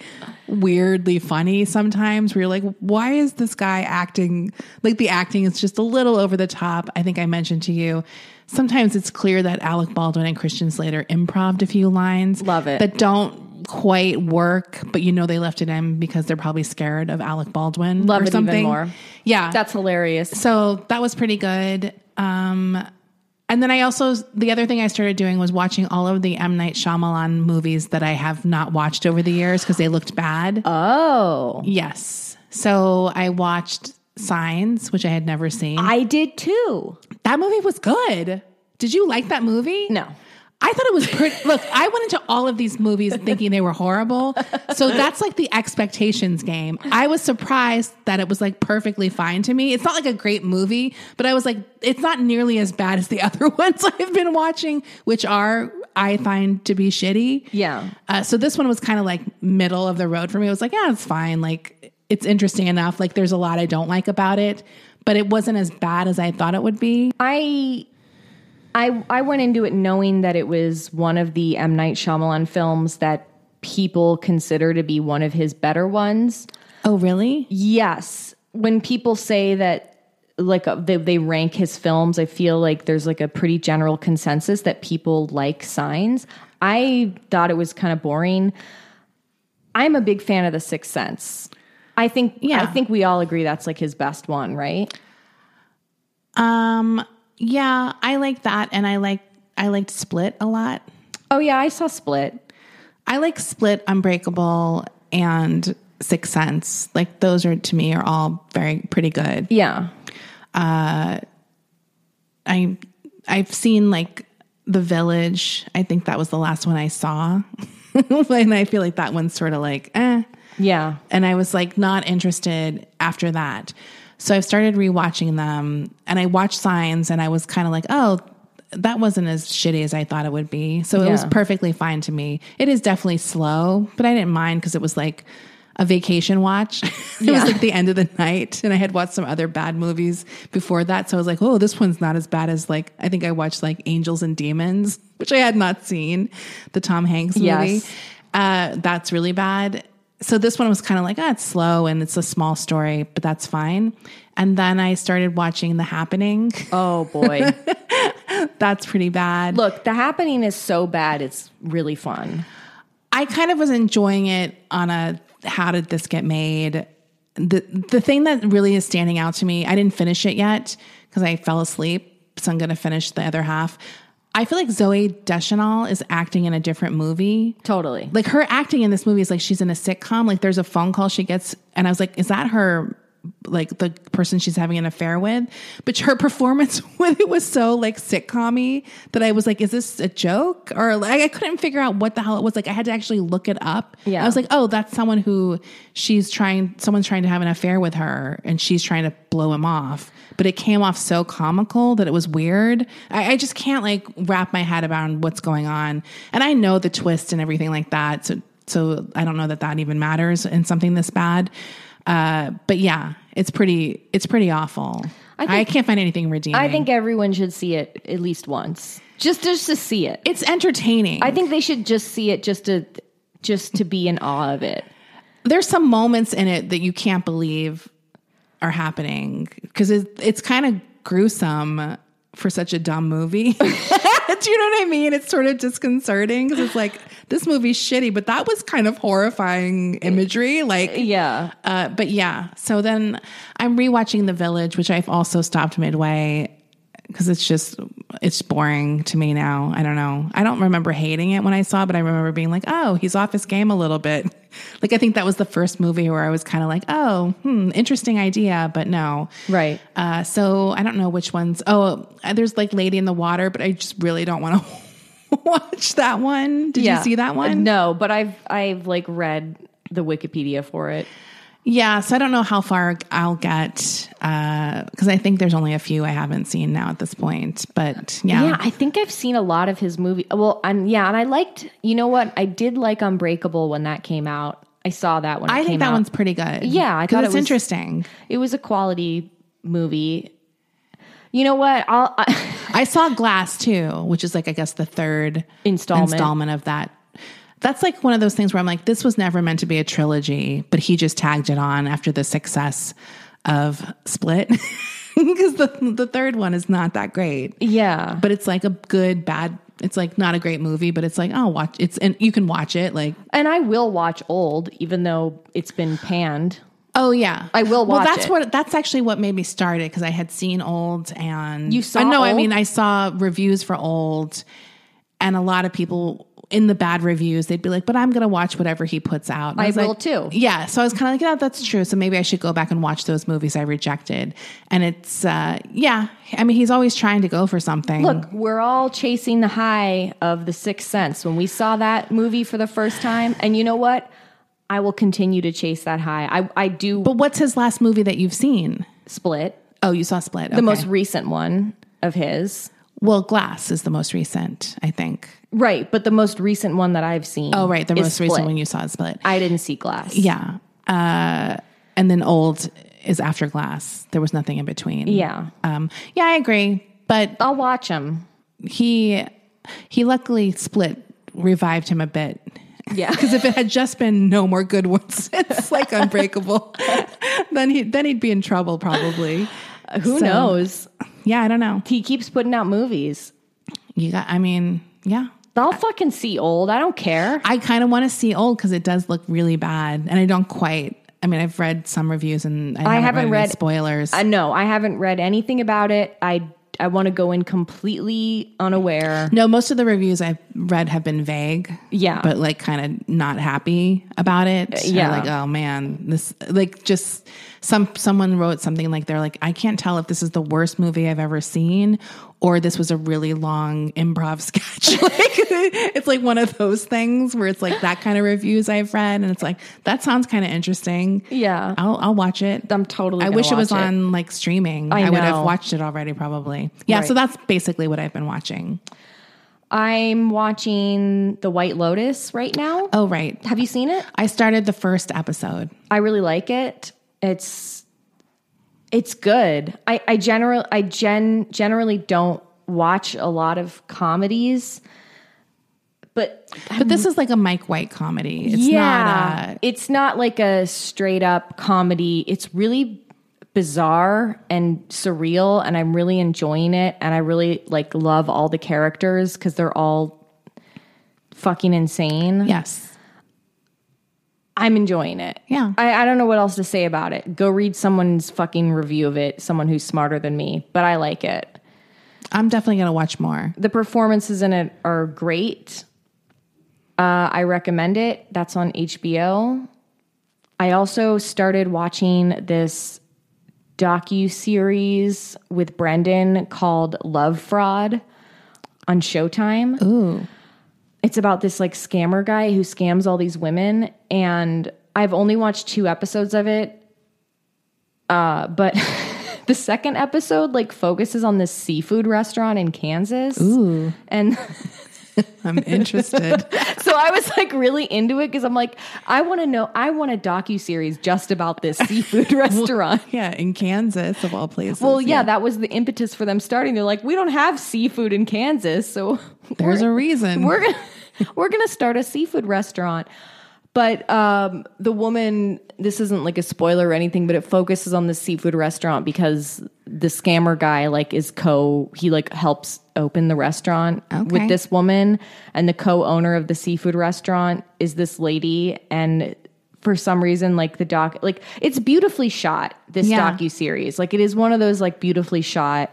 Speaker 2: weirdly funny sometimes. Where you're like, why is this guy acting like the acting is just a little over the top? I think I mentioned to you sometimes it's clear that Alec Baldwin and Christian Slater improved a few lines.
Speaker 1: Love it.
Speaker 2: That don't quite work, but you know they left it in because they're probably scared of Alec Baldwin
Speaker 1: Love
Speaker 2: or
Speaker 1: it even
Speaker 2: something.
Speaker 1: more.
Speaker 2: Yeah.
Speaker 1: That's hilarious.
Speaker 2: so that was pretty good. Um and then I also the other thing I started doing was watching all of the M Night Shyamalan movies that I have not watched over the years because they looked bad.
Speaker 1: Oh,
Speaker 2: yes. So I watched Signs, which I had never seen.
Speaker 1: I did too.
Speaker 2: That movie was good. Did you like that movie?
Speaker 1: No.
Speaker 2: I thought it was pretty. look, I went into all of these movies thinking they were horrible. So that's like the expectations game. I was surprised that it was like perfectly fine to me. It's not like a great movie, but I was like, it's not nearly as bad as the <laughs> other ones I've been watching, which are I find to be shitty.
Speaker 1: Yeah.
Speaker 2: Uh, so this one was kind of like middle of the road for me. It was like, yeah, it's fine. Like it's interesting enough. Like there's a lot I don't like about it, but it wasn't as bad as I thought it would be.
Speaker 1: I I I went into it knowing that it was one of the M Night Shyamalan films that people consider to be one of his better ones.
Speaker 2: Oh, really?
Speaker 1: Yes, when people say that like uh, they, they rank his films, I feel like there's like a pretty general consensus that people like Signs. I thought it was kind of boring. I'm a big fan of The Sixth Sense. I think
Speaker 2: Yeah.
Speaker 1: I think we all agree that's like his best one, right?
Speaker 2: Um, yeah, I like that, and I like I liked Split a lot.
Speaker 1: Oh yeah, I saw Split.
Speaker 2: I like Split, Unbreakable, and Sixth Sense. Like those are to me are all very pretty good.
Speaker 1: Yeah.
Speaker 2: I I've seen like The Village. I think that was the last one I saw, <laughs> and I feel like that one's sort of like eh.
Speaker 1: Yeah.
Speaker 2: and I was like not interested after that. So I've started rewatching them and I watched Signs and I was kind of like, oh, that wasn't as shitty as I thought it would be. So it was
Speaker 1: Yeah.
Speaker 2: perfectly fine to me. It is definitely slow, but I didn't mind because it was like a vacation watch. <laughs> it
Speaker 1: Yeah.
Speaker 2: was like the end of the night and I had watched some other bad movies before that. So I was like, oh, this one's not as bad as like, I think I watched like Angels and Demons, which I had not seen, the Tom Hanks movie.
Speaker 1: Yes.
Speaker 2: Uh, that's really bad. So this one was kind of like, ah, it's slow and it's a small story, but that's fine. And then I started watching The Happening. <laughs>
Speaker 1: Oh boy.
Speaker 2: that's pretty bad.
Speaker 1: Look, the happening is so bad, it's really fun.
Speaker 2: I kind of was enjoying it on a how did this get made? The the thing that really is standing out to me, I didn't finish it yet because I fell asleep, so I'm gonna finish the other half. I feel like Zoe Deschanel is acting in a different movie.
Speaker 1: Totally.
Speaker 2: Like her acting in this movie is like she's in a sitcom. Like there's a phone call she gets, and I was like, is that her? Like the person she's having an affair with, but her <laughs> performance with it was so like sitcom-y that I was like, is this a joke? Or like I couldn't figure out what the hell it was. Like I had to actually look it up.
Speaker 1: Yeah.
Speaker 2: I was like, oh, that's someone who she's trying, someone's trying to have an affair with her, and she's trying to blow him off. But it came off so comical that it was weird. I, I just can't like wrap my head around what's going on. And I know the twist and everything like that. So, so I don't know that that even matters in something this bad. Uh, but yeah, it's pretty, it's pretty awful. I, can't find anything redeeming.
Speaker 1: I think everyone should see it at least once. Just just to see it.
Speaker 2: it's entertaining.
Speaker 1: I think they should just see it just to just to be in awe of it.
Speaker 2: there's some moments in it that you can't believe are happening because it, it's kind of gruesome for such a dumb movie. <laughs> Do you know what I mean? It's sort of disconcerting because it's like this movie's shitty, but that was kind of horrifying imagery. Like,
Speaker 1: Yeah.
Speaker 2: uh, but yeah. So then I'm rewatching The Village, which I've also stopped midway because it's just it's boring to me now. I don't know. I don't remember hating it when I saw, it, but I remember being like, "Oh, he's off his game a little bit." <laughs> Like I think that was the first movie where I was kind of like, "Oh, hmm, interesting idea," but no.
Speaker 1: Right.
Speaker 2: Uh, so I don't know which ones. Oh, uh, there's like Lady in the Water, but I just really don't want to <laughs> watch that one? Did you see that one?
Speaker 1: No, but I've I've like read the Wikipedia for it.
Speaker 2: Yeah, so I don't know how far I'll get because I think there's only a few I haven't seen now at this point. But yeah,
Speaker 1: Yeah, I think I've seen a lot of his movie. Well, and yeah, and I liked. You know what? I did like Unbreakable when that came out. I saw that when it
Speaker 2: I
Speaker 1: came
Speaker 2: think that
Speaker 1: out.
Speaker 2: one's pretty good.
Speaker 1: Yeah, I
Speaker 2: 'Cause
Speaker 1: thought it
Speaker 2: it's
Speaker 1: was-
Speaker 2: interesting.
Speaker 1: It was a quality movie. You know what? I'll I, <laughs>
Speaker 2: I saw Glass too, which is like I guess the third
Speaker 1: installment.
Speaker 2: installment of that. That's like one of those things where I'm like, this was never meant to be a trilogy, but he just tagged it on after the success of Split <laughs> because the the third one is not that great,
Speaker 1: Yeah,
Speaker 2: but it's like a good bad. It's like not a great movie, but it's like oh, watch it's and you can watch it like
Speaker 1: and I will watch Old, even though it's been panned.
Speaker 2: Oh yeah,
Speaker 1: I will
Speaker 2: Well,
Speaker 1: watch
Speaker 2: that's
Speaker 1: it.
Speaker 2: what that's actually what made me start it because I had seen old and
Speaker 1: You saw
Speaker 2: I know. I
Speaker 1: Old?
Speaker 2: mean, I saw reviews for old, and a lot of people in the bad reviews they'd be like, "But I'm going to watch whatever he puts out." And
Speaker 1: I
Speaker 2: was
Speaker 1: will
Speaker 2: like-
Speaker 1: too.
Speaker 2: Yeah, so I was kind of like, "Yeah, that's true." So maybe I should go back and watch those movies I rejected. And it's uh, yeah, I mean, he's always trying to go for something.
Speaker 1: Look, we're all chasing the high of The Sixth Sense. When we saw that movie for the first time, and you know what? I will continue to chase that high. I I do
Speaker 2: but what's his last movie that you've seen?
Speaker 1: split
Speaker 2: Oh, you saw Split.
Speaker 1: the most recent one of his.
Speaker 2: well, Glass is the most recent, I think.
Speaker 1: Right, but the most recent one that I've seen.
Speaker 2: Oh, right, the
Speaker 1: is
Speaker 2: most recent
Speaker 1: Split.
Speaker 2: one you saw is Split.
Speaker 1: I didn't see Glass.
Speaker 2: Yeah. Uh, and then old is after glass. There was nothing in between.
Speaker 1: Yeah.
Speaker 2: Um, yeah, I agree. But
Speaker 1: I'll watch him.
Speaker 2: he he luckily split revived him a bit. <laughs>
Speaker 1: <laughs> Yeah.
Speaker 2: Because if it had just been no more good ones, <laughs> it's like unbreakable. <laughs> then he then he'd be in trouble probably.
Speaker 1: Who
Speaker 2: So-
Speaker 1: knows?
Speaker 2: Yeah, I don't know.
Speaker 1: He keeps putting out movies.
Speaker 2: You got I mean, yeah.
Speaker 1: I'll fucking see old. I don't care.
Speaker 2: I kind of want to see old because it does look really bad, and I don't quite. I mean, I've read some reviews and I haven't,
Speaker 1: haven't
Speaker 2: read, any
Speaker 1: read-
Speaker 2: spoilers.
Speaker 1: I no, I haven't read anything about it. I I want to go in completely unaware.
Speaker 2: No, most of the reviews I've read have been vague.
Speaker 1: Yeah. Uh,
Speaker 2: But like kind of not happy about it. Or,
Speaker 1: yeah.
Speaker 2: Like, oh man, this like just some someone wrote something like they're like, I can't tell if this is the worst movie I've ever seen or this was a really long improv <laughs> sketch. like it's like one of those things where it's like that kind of reviews I've read and it's like, that sounds kind of interesting.
Speaker 1: Yeah.
Speaker 2: I'll I'll watch it.
Speaker 1: I'm totally
Speaker 2: I
Speaker 1: gonna
Speaker 2: wish it was
Speaker 1: watch it.
Speaker 2: on like streaming.
Speaker 1: I
Speaker 2: I, would
Speaker 1: know.
Speaker 2: have watched it already probably. Yeah, so that's basically what I've been watching.
Speaker 1: I'm watching The White Lotus right now.
Speaker 2: Oh right.
Speaker 1: Have you seen it?
Speaker 2: I started the first episode.
Speaker 1: I really like it. It's it's good. I I general I gen generally don't watch a lot of comedies, but
Speaker 2: But this is like a Mike White comedy. It's not
Speaker 1: Um,
Speaker 2: uh,
Speaker 1: yeah, uh, it's not like a straight up comedy. It's really bizarre and surreal, and I'm really enjoying it. And I really like love all the characters because they're all fucking insane.
Speaker 2: a yes.
Speaker 1: I'm enjoying it.
Speaker 2: Yeah.
Speaker 1: I, I don't know what else to say about it. Go read someone's fucking review of it, someone who's smarter than me, but I like it.
Speaker 2: I'm definitely gonna watch more.
Speaker 1: The performances in it are great. Uh, I recommend it. That's on HBO. I also started watching this docu series with Brendan called Love Fraud on Showtime.
Speaker 2: Ooh.
Speaker 1: It's about this like scammer guy who scams all these women, and I've only watched two episodes of it. Uh, but <laughs> the second episode like focuses on this seafood restaurant in Kansas,
Speaker 2: Ooh.
Speaker 1: and <laughs>
Speaker 2: I'm interested.
Speaker 1: so I was like really into it because I'm like, I want to know, I want a docu series just about this seafood <laughs> restaurant.
Speaker 2: yeah, in Kansas of all places.
Speaker 1: Well, yeah, that was the impetus for them starting. They're like, we don't have seafood in Kansas, so <laughs>
Speaker 2: there's
Speaker 1: we're-
Speaker 2: a reason.
Speaker 1: we're gonna we're gonna start a seafood restaurant but um, the woman this isn't like a spoiler or anything but it focuses on the seafood restaurant because the scammer guy like is co he like helps open the restaurant with
Speaker 2: Okay.
Speaker 1: this woman and the co-owner of the seafood restaurant is this lady and for some reason like the doc like it's beautifully shot this
Speaker 2: Yeah.
Speaker 1: docu series like it is one of those like beautifully shot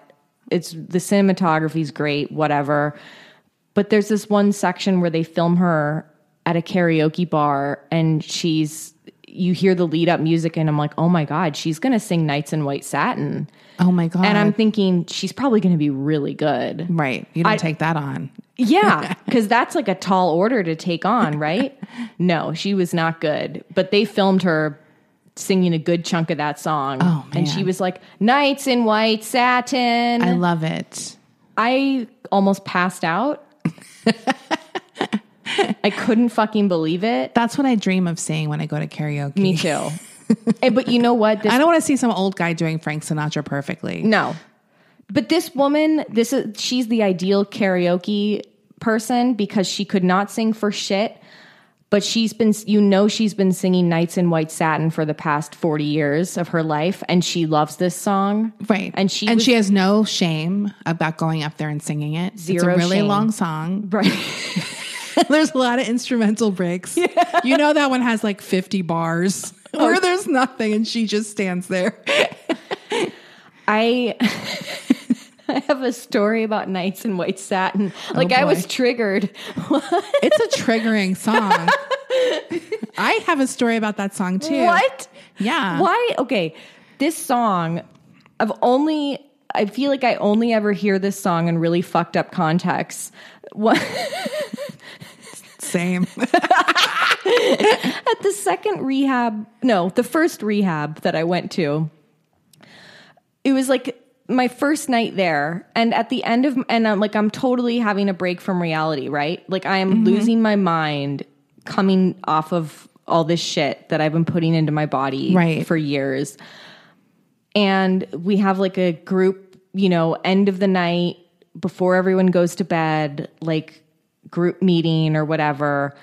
Speaker 1: it's the cinematography's great whatever but there's this one section where they film her at a karaoke bar and she's you hear the lead up music and I'm like, "Oh my god, she's going to sing Nights in White Satin."
Speaker 2: oh my god.
Speaker 1: And I'm thinking she's probably going to be really good.
Speaker 2: right. You don't
Speaker 1: I-
Speaker 2: take that on. <laughs>
Speaker 1: Yeah, because that's like a tall order to take on, right? no, she was not good. But they filmed her singing a good chunk of that song.
Speaker 2: Oh,
Speaker 1: And she
Speaker 2: man.
Speaker 1: was like, Nights in white satin.
Speaker 2: I
Speaker 1: I,
Speaker 2: love it.
Speaker 1: almost passed
Speaker 2: <laughs>
Speaker 1: out. I couldn't fucking believe it.
Speaker 2: That's what I dream of seeing when I go to karaoke.
Speaker 1: Me
Speaker 2: <laughs>
Speaker 1: too. Eh, but you know what? This
Speaker 2: I don't want to see some old guy doing Frank Sinatra perfectly.
Speaker 1: No. But this woman, this is she's the ideal karaoke person because she could not sing for shit, but she's been you know she's been singing Nights in White Satin for the past 40 years of her life and she loves this song.
Speaker 2: Right.
Speaker 1: And she
Speaker 2: and
Speaker 1: was-
Speaker 2: she has no shame about going up there and singing it.
Speaker 1: Zero
Speaker 2: it's a really
Speaker 1: shame.
Speaker 2: long song. <laughs>
Speaker 1: Right.
Speaker 2: there's a lot of instrumental breaks. You know that one has like
Speaker 1: <laughs>
Speaker 2: 50 bars where there's nothing and she just stands there.
Speaker 1: <laughs> I <laughs> I have a story about Nights in White Satin. Like I
Speaker 2: boy.
Speaker 1: was triggered.
Speaker 2: It's a
Speaker 1: <laughs>
Speaker 2: triggering song. I have a story about that song too.
Speaker 1: What?
Speaker 2: Yeah.
Speaker 1: Why? Okay, this song, I've only, I feel like I only ever hear this song in really fucked up contexts. What, <laughs>
Speaker 2: Same.
Speaker 1: at the second rehab, no, the first rehab that I went to, it was like my first night there. And at the end of, and I'm like, I'm totally having a break from reality, right? Like, I am losing my mind coming off of all this shit that I've been putting into my body
Speaker 2: Right.
Speaker 1: for years. and we have like a group, you know, end of the night before everyone goes to bed, like group meeting or whatever.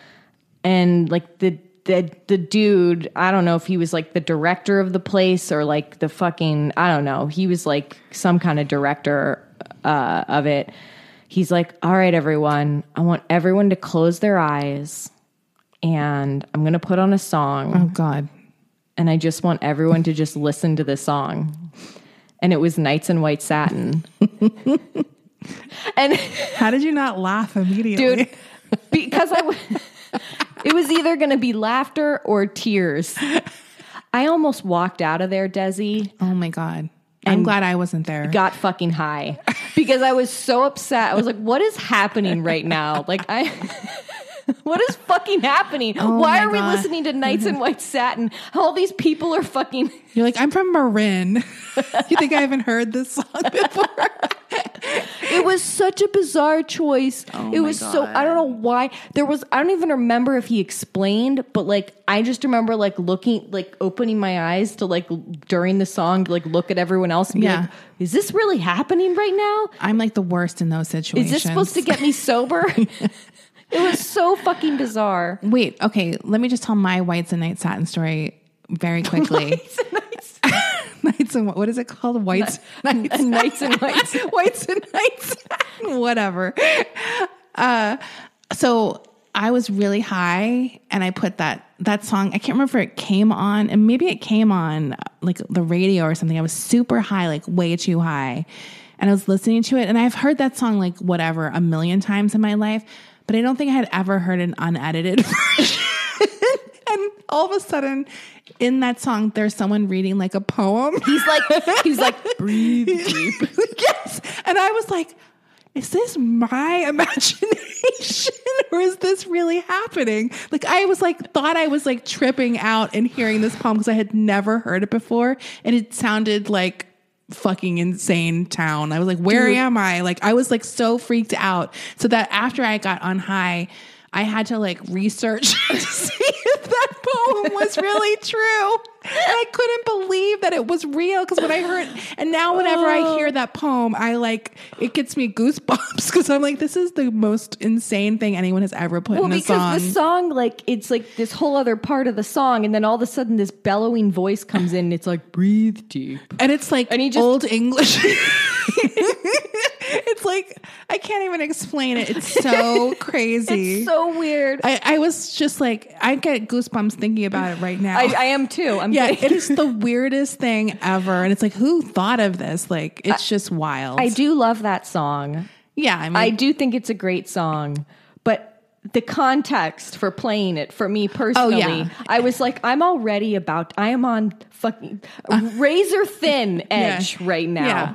Speaker 1: And like the the the dude, I don't know if he was like the director of the place or like the fucking I don't know. He was like some kind of director uh, of it. He's like, "All right, everyone, I want everyone to close their eyes." And I'm gonna put on a song
Speaker 2: Oh God.
Speaker 1: and I just want everyone to just listen to this song. And it was Knights in White Satin. <laughs> and
Speaker 2: How did you not laugh immediately?
Speaker 1: dude, because I w- it was either going to be laughter or tears. I almost walked out of there, Desi.
Speaker 2: Oh my God. I'm glad I wasn't there.
Speaker 1: Got fucking high because I was so upset. I was like, "What is happening right now? Like, I, <laughs> what is fucking happening? Why
Speaker 2: Oh my
Speaker 1: are we
Speaker 2: God.
Speaker 1: listening to Knights in White Satin? All these people are fucking."
Speaker 2: You're like, I'm from Marin. <laughs> you think I haven't heard this
Speaker 1: <laughs>
Speaker 2: song before?
Speaker 1: It was such a bizarre choice. it
Speaker 2: my
Speaker 1: was so I don't know why there was I don't even remember if he explained, but like I just remember like looking like opening my eyes to like l- during the song to like look at everyone else and be
Speaker 2: Yeah.
Speaker 1: like, is this really happening right now?
Speaker 2: I'm like the worst in those situations.
Speaker 1: Is this supposed to get me sober? it was so fucking bizarre.
Speaker 2: Wait, okay. Let me just tell my whites and night satin story very quickly. <laughs> Nights and what is it called? Whites, nights,
Speaker 1: Nights and nights.
Speaker 2: <laughs> whites and nights, <laughs> whatever. Uh, so I was really high, and I put that that song. I can't remember if it came on, and maybe it came on uh, like the radio or something. I was super high, like way too high, and I was listening to it. And I've heard that song like whatever a million times in my life, but I don't think I had ever heard an unedited <laughs> version. and all of a sudden, in that song, there's someone reading like a poem.
Speaker 1: He's like he's like breathe deep.
Speaker 2: <laughs> yes. And I was like, is this my <laughs> imagination or is this really happening? Like I was like thought I was like tripping out and hearing this poem because I had never heard it before and it sounded like fucking insane town. I was like, where am I? Like I was like so freaked out. So that after I got on high, I had to like research <laughs> to see if that poem was really true. And I couldn't believe that it was real because when I heard, and now whenever
Speaker 1: Oh.
Speaker 2: I hear that poem, I like it gets me goosebumps <laughs> because I'm like, this is the most insane thing anyone has ever put
Speaker 1: Well,
Speaker 2: in a
Speaker 1: because
Speaker 2: song.
Speaker 1: the song, like, it's like this whole other part of the song, and then all of a sudden, this bellowing voice comes in. And it's like, breathe deep.
Speaker 2: and it's like
Speaker 1: And he just-
Speaker 2: old English. <laughs> it's like I can't even explain it. It's
Speaker 1: <laughs>
Speaker 2: so crazy.
Speaker 1: It's so weird. I,
Speaker 2: I, I was just like, I get goosebumps thinking about it right now.
Speaker 1: I, am too. I'm
Speaker 2: <laughs> Yeah,
Speaker 1: yeah. <laughs>
Speaker 2: it is the weirdest thing ever. And it's like, who thought of this? Like, it's just wild.
Speaker 1: I do love that song.
Speaker 2: yeah, I mean,
Speaker 1: I do think it's a great song, but the context for playing it for
Speaker 2: Oh,
Speaker 1: me personally, I was like, I'm already about. I am on fucking razor thin
Speaker 2: Uh. <laughs> yeah.
Speaker 1: edge right now.
Speaker 2: Yeah.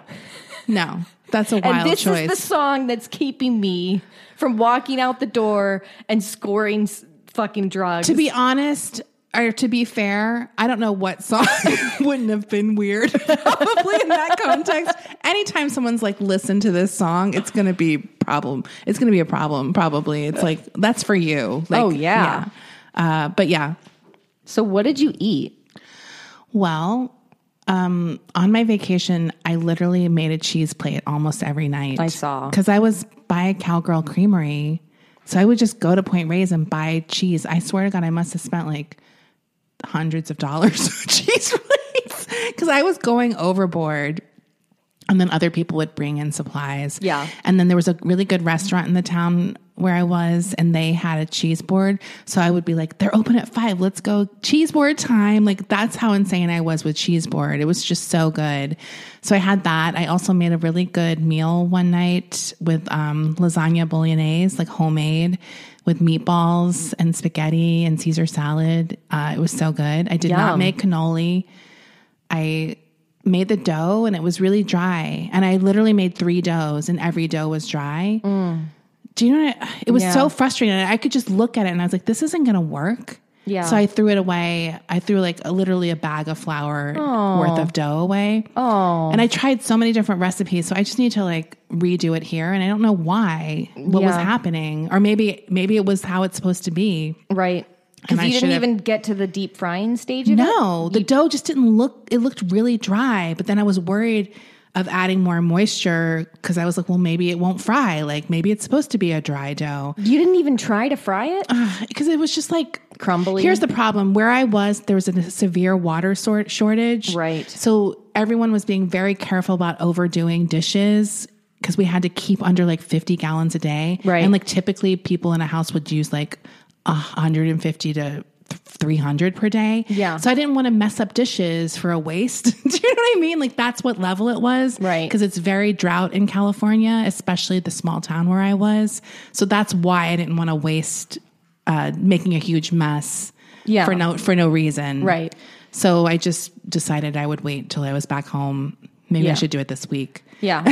Speaker 2: No, That's a wild
Speaker 1: and this
Speaker 2: choice.
Speaker 1: is the song that's keeping me from walking out the door and scoring s- fucking drugs.
Speaker 2: to be honest, or to be fair, I don't know what song <laughs> wouldn't have been weird. <laughs> Probably in that context, anytime someone's like, "Listen to this song," it's gonna be problem. It's gonna be a problem. Probably, it's like that's for you. Like,
Speaker 1: Oh, yeah.
Speaker 2: yeah. Uh, but yeah,
Speaker 1: so, what did you eat?
Speaker 2: Well, um, on my vacation, I literally made a cheese plate almost every night.
Speaker 1: I saw.
Speaker 2: Because I was by a cowgirl creamery. So I would just go to Point Reyes and buy cheese. I swear to God, I must have spent like hundreds of dollars <laughs> on cheese plates. Because I was going overboard. And then other people would bring in supplies.
Speaker 1: Yeah.
Speaker 2: And then there was a really good restaurant in the town where I was, and they had a cheese board. So I would be like, they're open at five. Let's go cheese board time. Like, that's how insane I was with cheese board. It was just so good. So I had that. I also made a really good meal one night with um, lasagna bolognese, like homemade with meatballs and spaghetti and Caesar salad. Uh, it was so good. I did not
Speaker 1: Yum.
Speaker 2: make cannoli. I made the dough and it was really dry. And I literally made three doughs and every dough was dry. Do you know what? I- It was
Speaker 1: Mm. Yeah.
Speaker 2: so frustrating. I could just look at it and I was like, this isn't going to work.
Speaker 1: Yeah.
Speaker 2: So I threw it away. I threw like a, literally a bag of flour worth of dough away. Oh. And I tried so many different recipes. So I just need to like redo it here. And I don't know why, what was
Speaker 1: Yeah.
Speaker 2: happening. Or maybe, maybe it was how it's supposed to be.
Speaker 1: Right. Because
Speaker 2: And I
Speaker 1: you
Speaker 2: should
Speaker 1: didn't
Speaker 2: have-
Speaker 1: even get to the deep frying stage of it?
Speaker 2: No, the dough just didn't look. It looked really dry, but then I was worried of adding more moisture because I was like, well, maybe it won't fry. Like maybe it's supposed to be a dry dough
Speaker 1: You didn't even try to fry it?
Speaker 2: because it was just like
Speaker 1: Crumbly.
Speaker 2: Here's the problem: where I was, there was a severe water sort shortage.
Speaker 1: Right.
Speaker 2: So everyone was being very careful about overdoing dishes because we had to keep under like 50 gallons a day.
Speaker 1: Right.
Speaker 2: And like typically, people in a house would use like 150 to. 300 per day.
Speaker 1: Yeah.
Speaker 2: So I didn't want to mess up dishes for a waste. <laughs> Do you know what I mean? Like that's what level it was.
Speaker 1: Right.
Speaker 2: Because it's very drought in California, especially the small town where I was. So that's why I didn't want to waste uh, making a huge mess
Speaker 1: Yeah.
Speaker 2: for no for no reason.
Speaker 1: Right.
Speaker 2: So I just decided I would wait till I was back home. Maybe I
Speaker 1: Yeah.
Speaker 2: should do it this week.
Speaker 1: <laughs> yeah.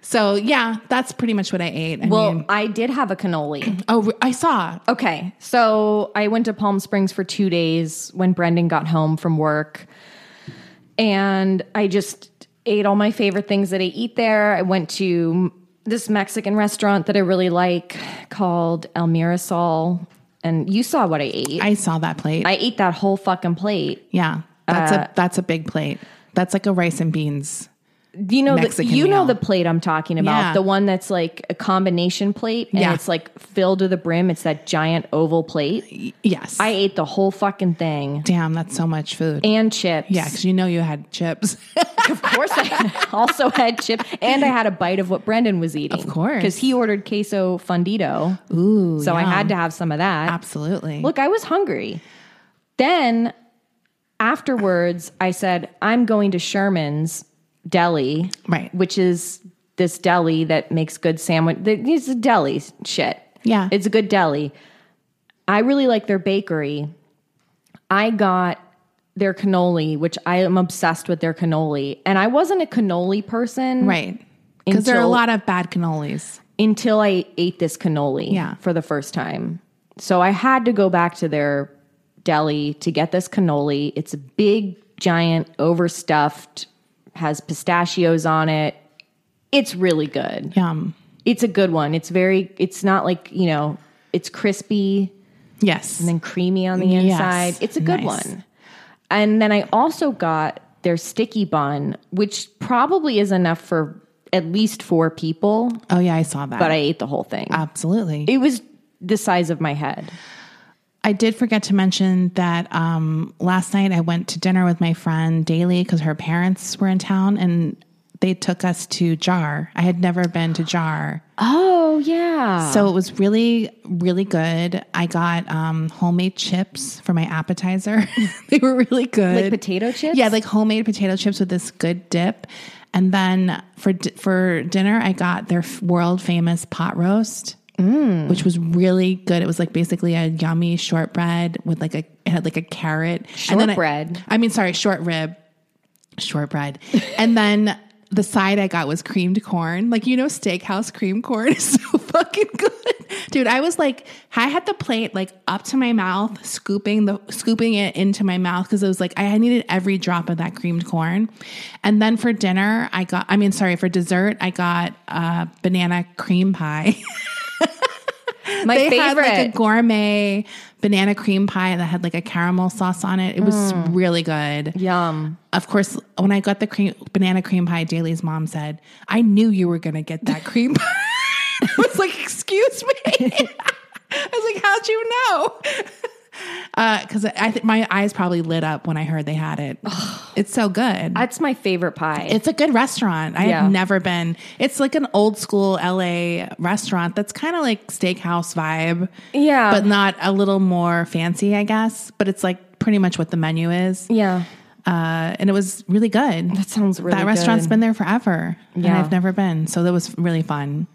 Speaker 2: So yeah, that's pretty much what I ate. I
Speaker 1: Well,
Speaker 2: mean,
Speaker 1: I did have a cannoli.
Speaker 2: oh, I saw.
Speaker 1: Okay. So I went to Palm Springs for two days when Brendan got home from work. And I just ate all my favorite things that I eat there. I went to this Mexican restaurant that I really like called Elmira Sol. And you saw what I ate. I, uh,
Speaker 2: I saw that plate.
Speaker 1: ate that whole fucking plate.
Speaker 2: yeah, that's a that's a big plate. That's like a rice and beans.
Speaker 1: You know, the,
Speaker 2: Mexican
Speaker 1: you know
Speaker 2: meal.
Speaker 1: the plate I'm talking about.
Speaker 2: Yeah.
Speaker 1: The one that's like a combination plate and
Speaker 2: Yeah.
Speaker 1: it's like filled to the brim. It's that giant oval plate.
Speaker 2: Yes.
Speaker 1: I ate the whole fucking thing.
Speaker 2: damn, that's so much food.
Speaker 1: and chips.
Speaker 2: yeah, because you know you had chips.
Speaker 1: of course. I <laughs> also had chip, and I had a bite of what Brendan was eating. Of
Speaker 2: course.
Speaker 1: because he ordered queso fundido. Ooh, so I had to have some of that.
Speaker 2: Absolutely.
Speaker 1: Look, I was hungry. Then afterwards, I said, "I'm going to Sherman's Deli,
Speaker 2: Right.
Speaker 1: Which is this deli that makes good sandwich. It's a deli shit.
Speaker 2: Yeah.
Speaker 1: it's a good deli. I really like their bakery. I got their cannoli, which I am obsessed with their cannoli. And I wasn't a cannoli person
Speaker 2: right. Because there are a
Speaker 1: Until-
Speaker 2: lot of bad cannolis.
Speaker 1: until I ate this cannoli
Speaker 2: Yeah.
Speaker 1: for the first time. So I had to go back to their deli to get this cannoli. It's a big, giant, overstuffed, has pistachios on it. It's really good.
Speaker 2: Yum.
Speaker 1: It's a good one. It's very, it's not like, you know, it's crispy
Speaker 2: Yes.
Speaker 1: and creamy on the
Speaker 2: Yes.
Speaker 1: inside. It's a good
Speaker 2: Nice.
Speaker 1: one. And then I also got their sticky bun, which probably is enough for at least four people,
Speaker 2: oh yeah, I saw that.
Speaker 1: but I ate the whole thing.
Speaker 2: Absolutely.
Speaker 1: It was the size of my head.
Speaker 2: I did forget to mention that um, last night I went to dinner with my friend Daly because her parents were in town and they took us to Jar. I had never been to Jar.
Speaker 1: Oh, yeah.
Speaker 2: So it was really, really good. I got um, homemade chips for my appetizer. <laughs> they were really good.
Speaker 1: Like potato chips?
Speaker 2: Yeah, like homemade potato chips with this good dip. And then for di- for dinner, I got their f- world famous pot roast, which was really good. It was like basically a yummy shortbread with like a it had like a carrot And then I-
Speaker 1: Shortbread?
Speaker 2: I mean, sorry, short rib, shortbread, and then the side I got was creamed corn. Like, you know, steakhouse cream corn <laughs> is so fucking good. Dude, I was like, I had the plate like up to my mouth, scooping the scooping it into my mouth because it was like I needed every drop of that creamed corn. And then for dinner, I got I mean, sorry, for dessert, I got uh banana cream pie. <laughs>
Speaker 1: My
Speaker 2: they
Speaker 1: favorite.
Speaker 2: had like a gourmet banana cream pie that had like a caramel sauce on it. It was
Speaker 1: Mm.
Speaker 2: really good.
Speaker 1: Yum.
Speaker 2: Of course, when I got the cream, banana cream pie, Daly's mom said, I knew you were going to get that cream pie. <laughs> I was like, excuse me. <laughs> I was like, how'd you <laughs> know? Because I think my eyes probably lit up when I heard they
Speaker 1: <sighs>
Speaker 2: had it. it's so good.
Speaker 1: That's my favorite pie.
Speaker 2: It's a good restaurant. I
Speaker 1: Yeah.
Speaker 2: have never been. It's like an old school LA restaurant that's kind of like steakhouse vibe.
Speaker 1: Yeah.
Speaker 2: But not a little more fancy, I guess. But it's like pretty much what the menu is.
Speaker 1: yeah.
Speaker 2: Uh, and it was really good.
Speaker 1: That sounds really
Speaker 2: That restaurant's
Speaker 1: good.
Speaker 2: been there forever. And
Speaker 1: Yeah.
Speaker 2: I've never been. So that was really fun.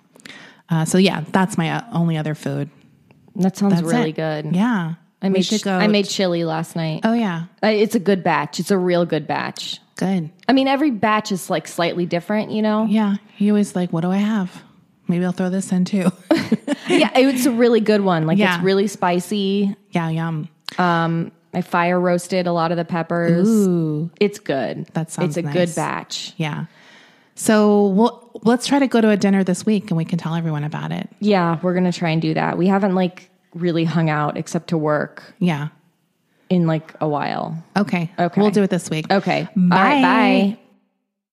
Speaker 2: Uh, so yeah, that's my uh, only other food.
Speaker 1: That sounds
Speaker 2: That's
Speaker 1: really
Speaker 2: it.
Speaker 1: good.
Speaker 2: Yeah.
Speaker 1: I
Speaker 2: We
Speaker 1: made
Speaker 2: should
Speaker 1: ch-
Speaker 2: go.
Speaker 1: I made chili last night.
Speaker 2: Oh yeah.
Speaker 1: Uh, It's a good batch. It's a real good batch.
Speaker 2: Good.
Speaker 1: I mean, every batch is like slightly different, you know?
Speaker 2: Yeah. He always like, what do I have? Maybe I'll throw this in too. <laughs>
Speaker 1: yeah, it's a really good one. Like
Speaker 2: Yeah.
Speaker 1: it's really spicy.
Speaker 2: yeah. Yum.
Speaker 1: I fire roasted a lot of the peppers.
Speaker 2: Ooh.
Speaker 1: It's good.
Speaker 2: That sounds
Speaker 1: It's a
Speaker 2: nice.
Speaker 1: good batch.
Speaker 2: Yeah. So we'll let's try to go to a dinner this week and we can tell everyone about it.
Speaker 1: Yeah, we're gonna try and do that. We haven't like really hung out except to work
Speaker 2: Yeah.
Speaker 1: in like a while.
Speaker 2: Okay.
Speaker 1: Okay.
Speaker 2: We'll do it this week.
Speaker 1: Okay. All
Speaker 2: Bye.
Speaker 1: right, bye.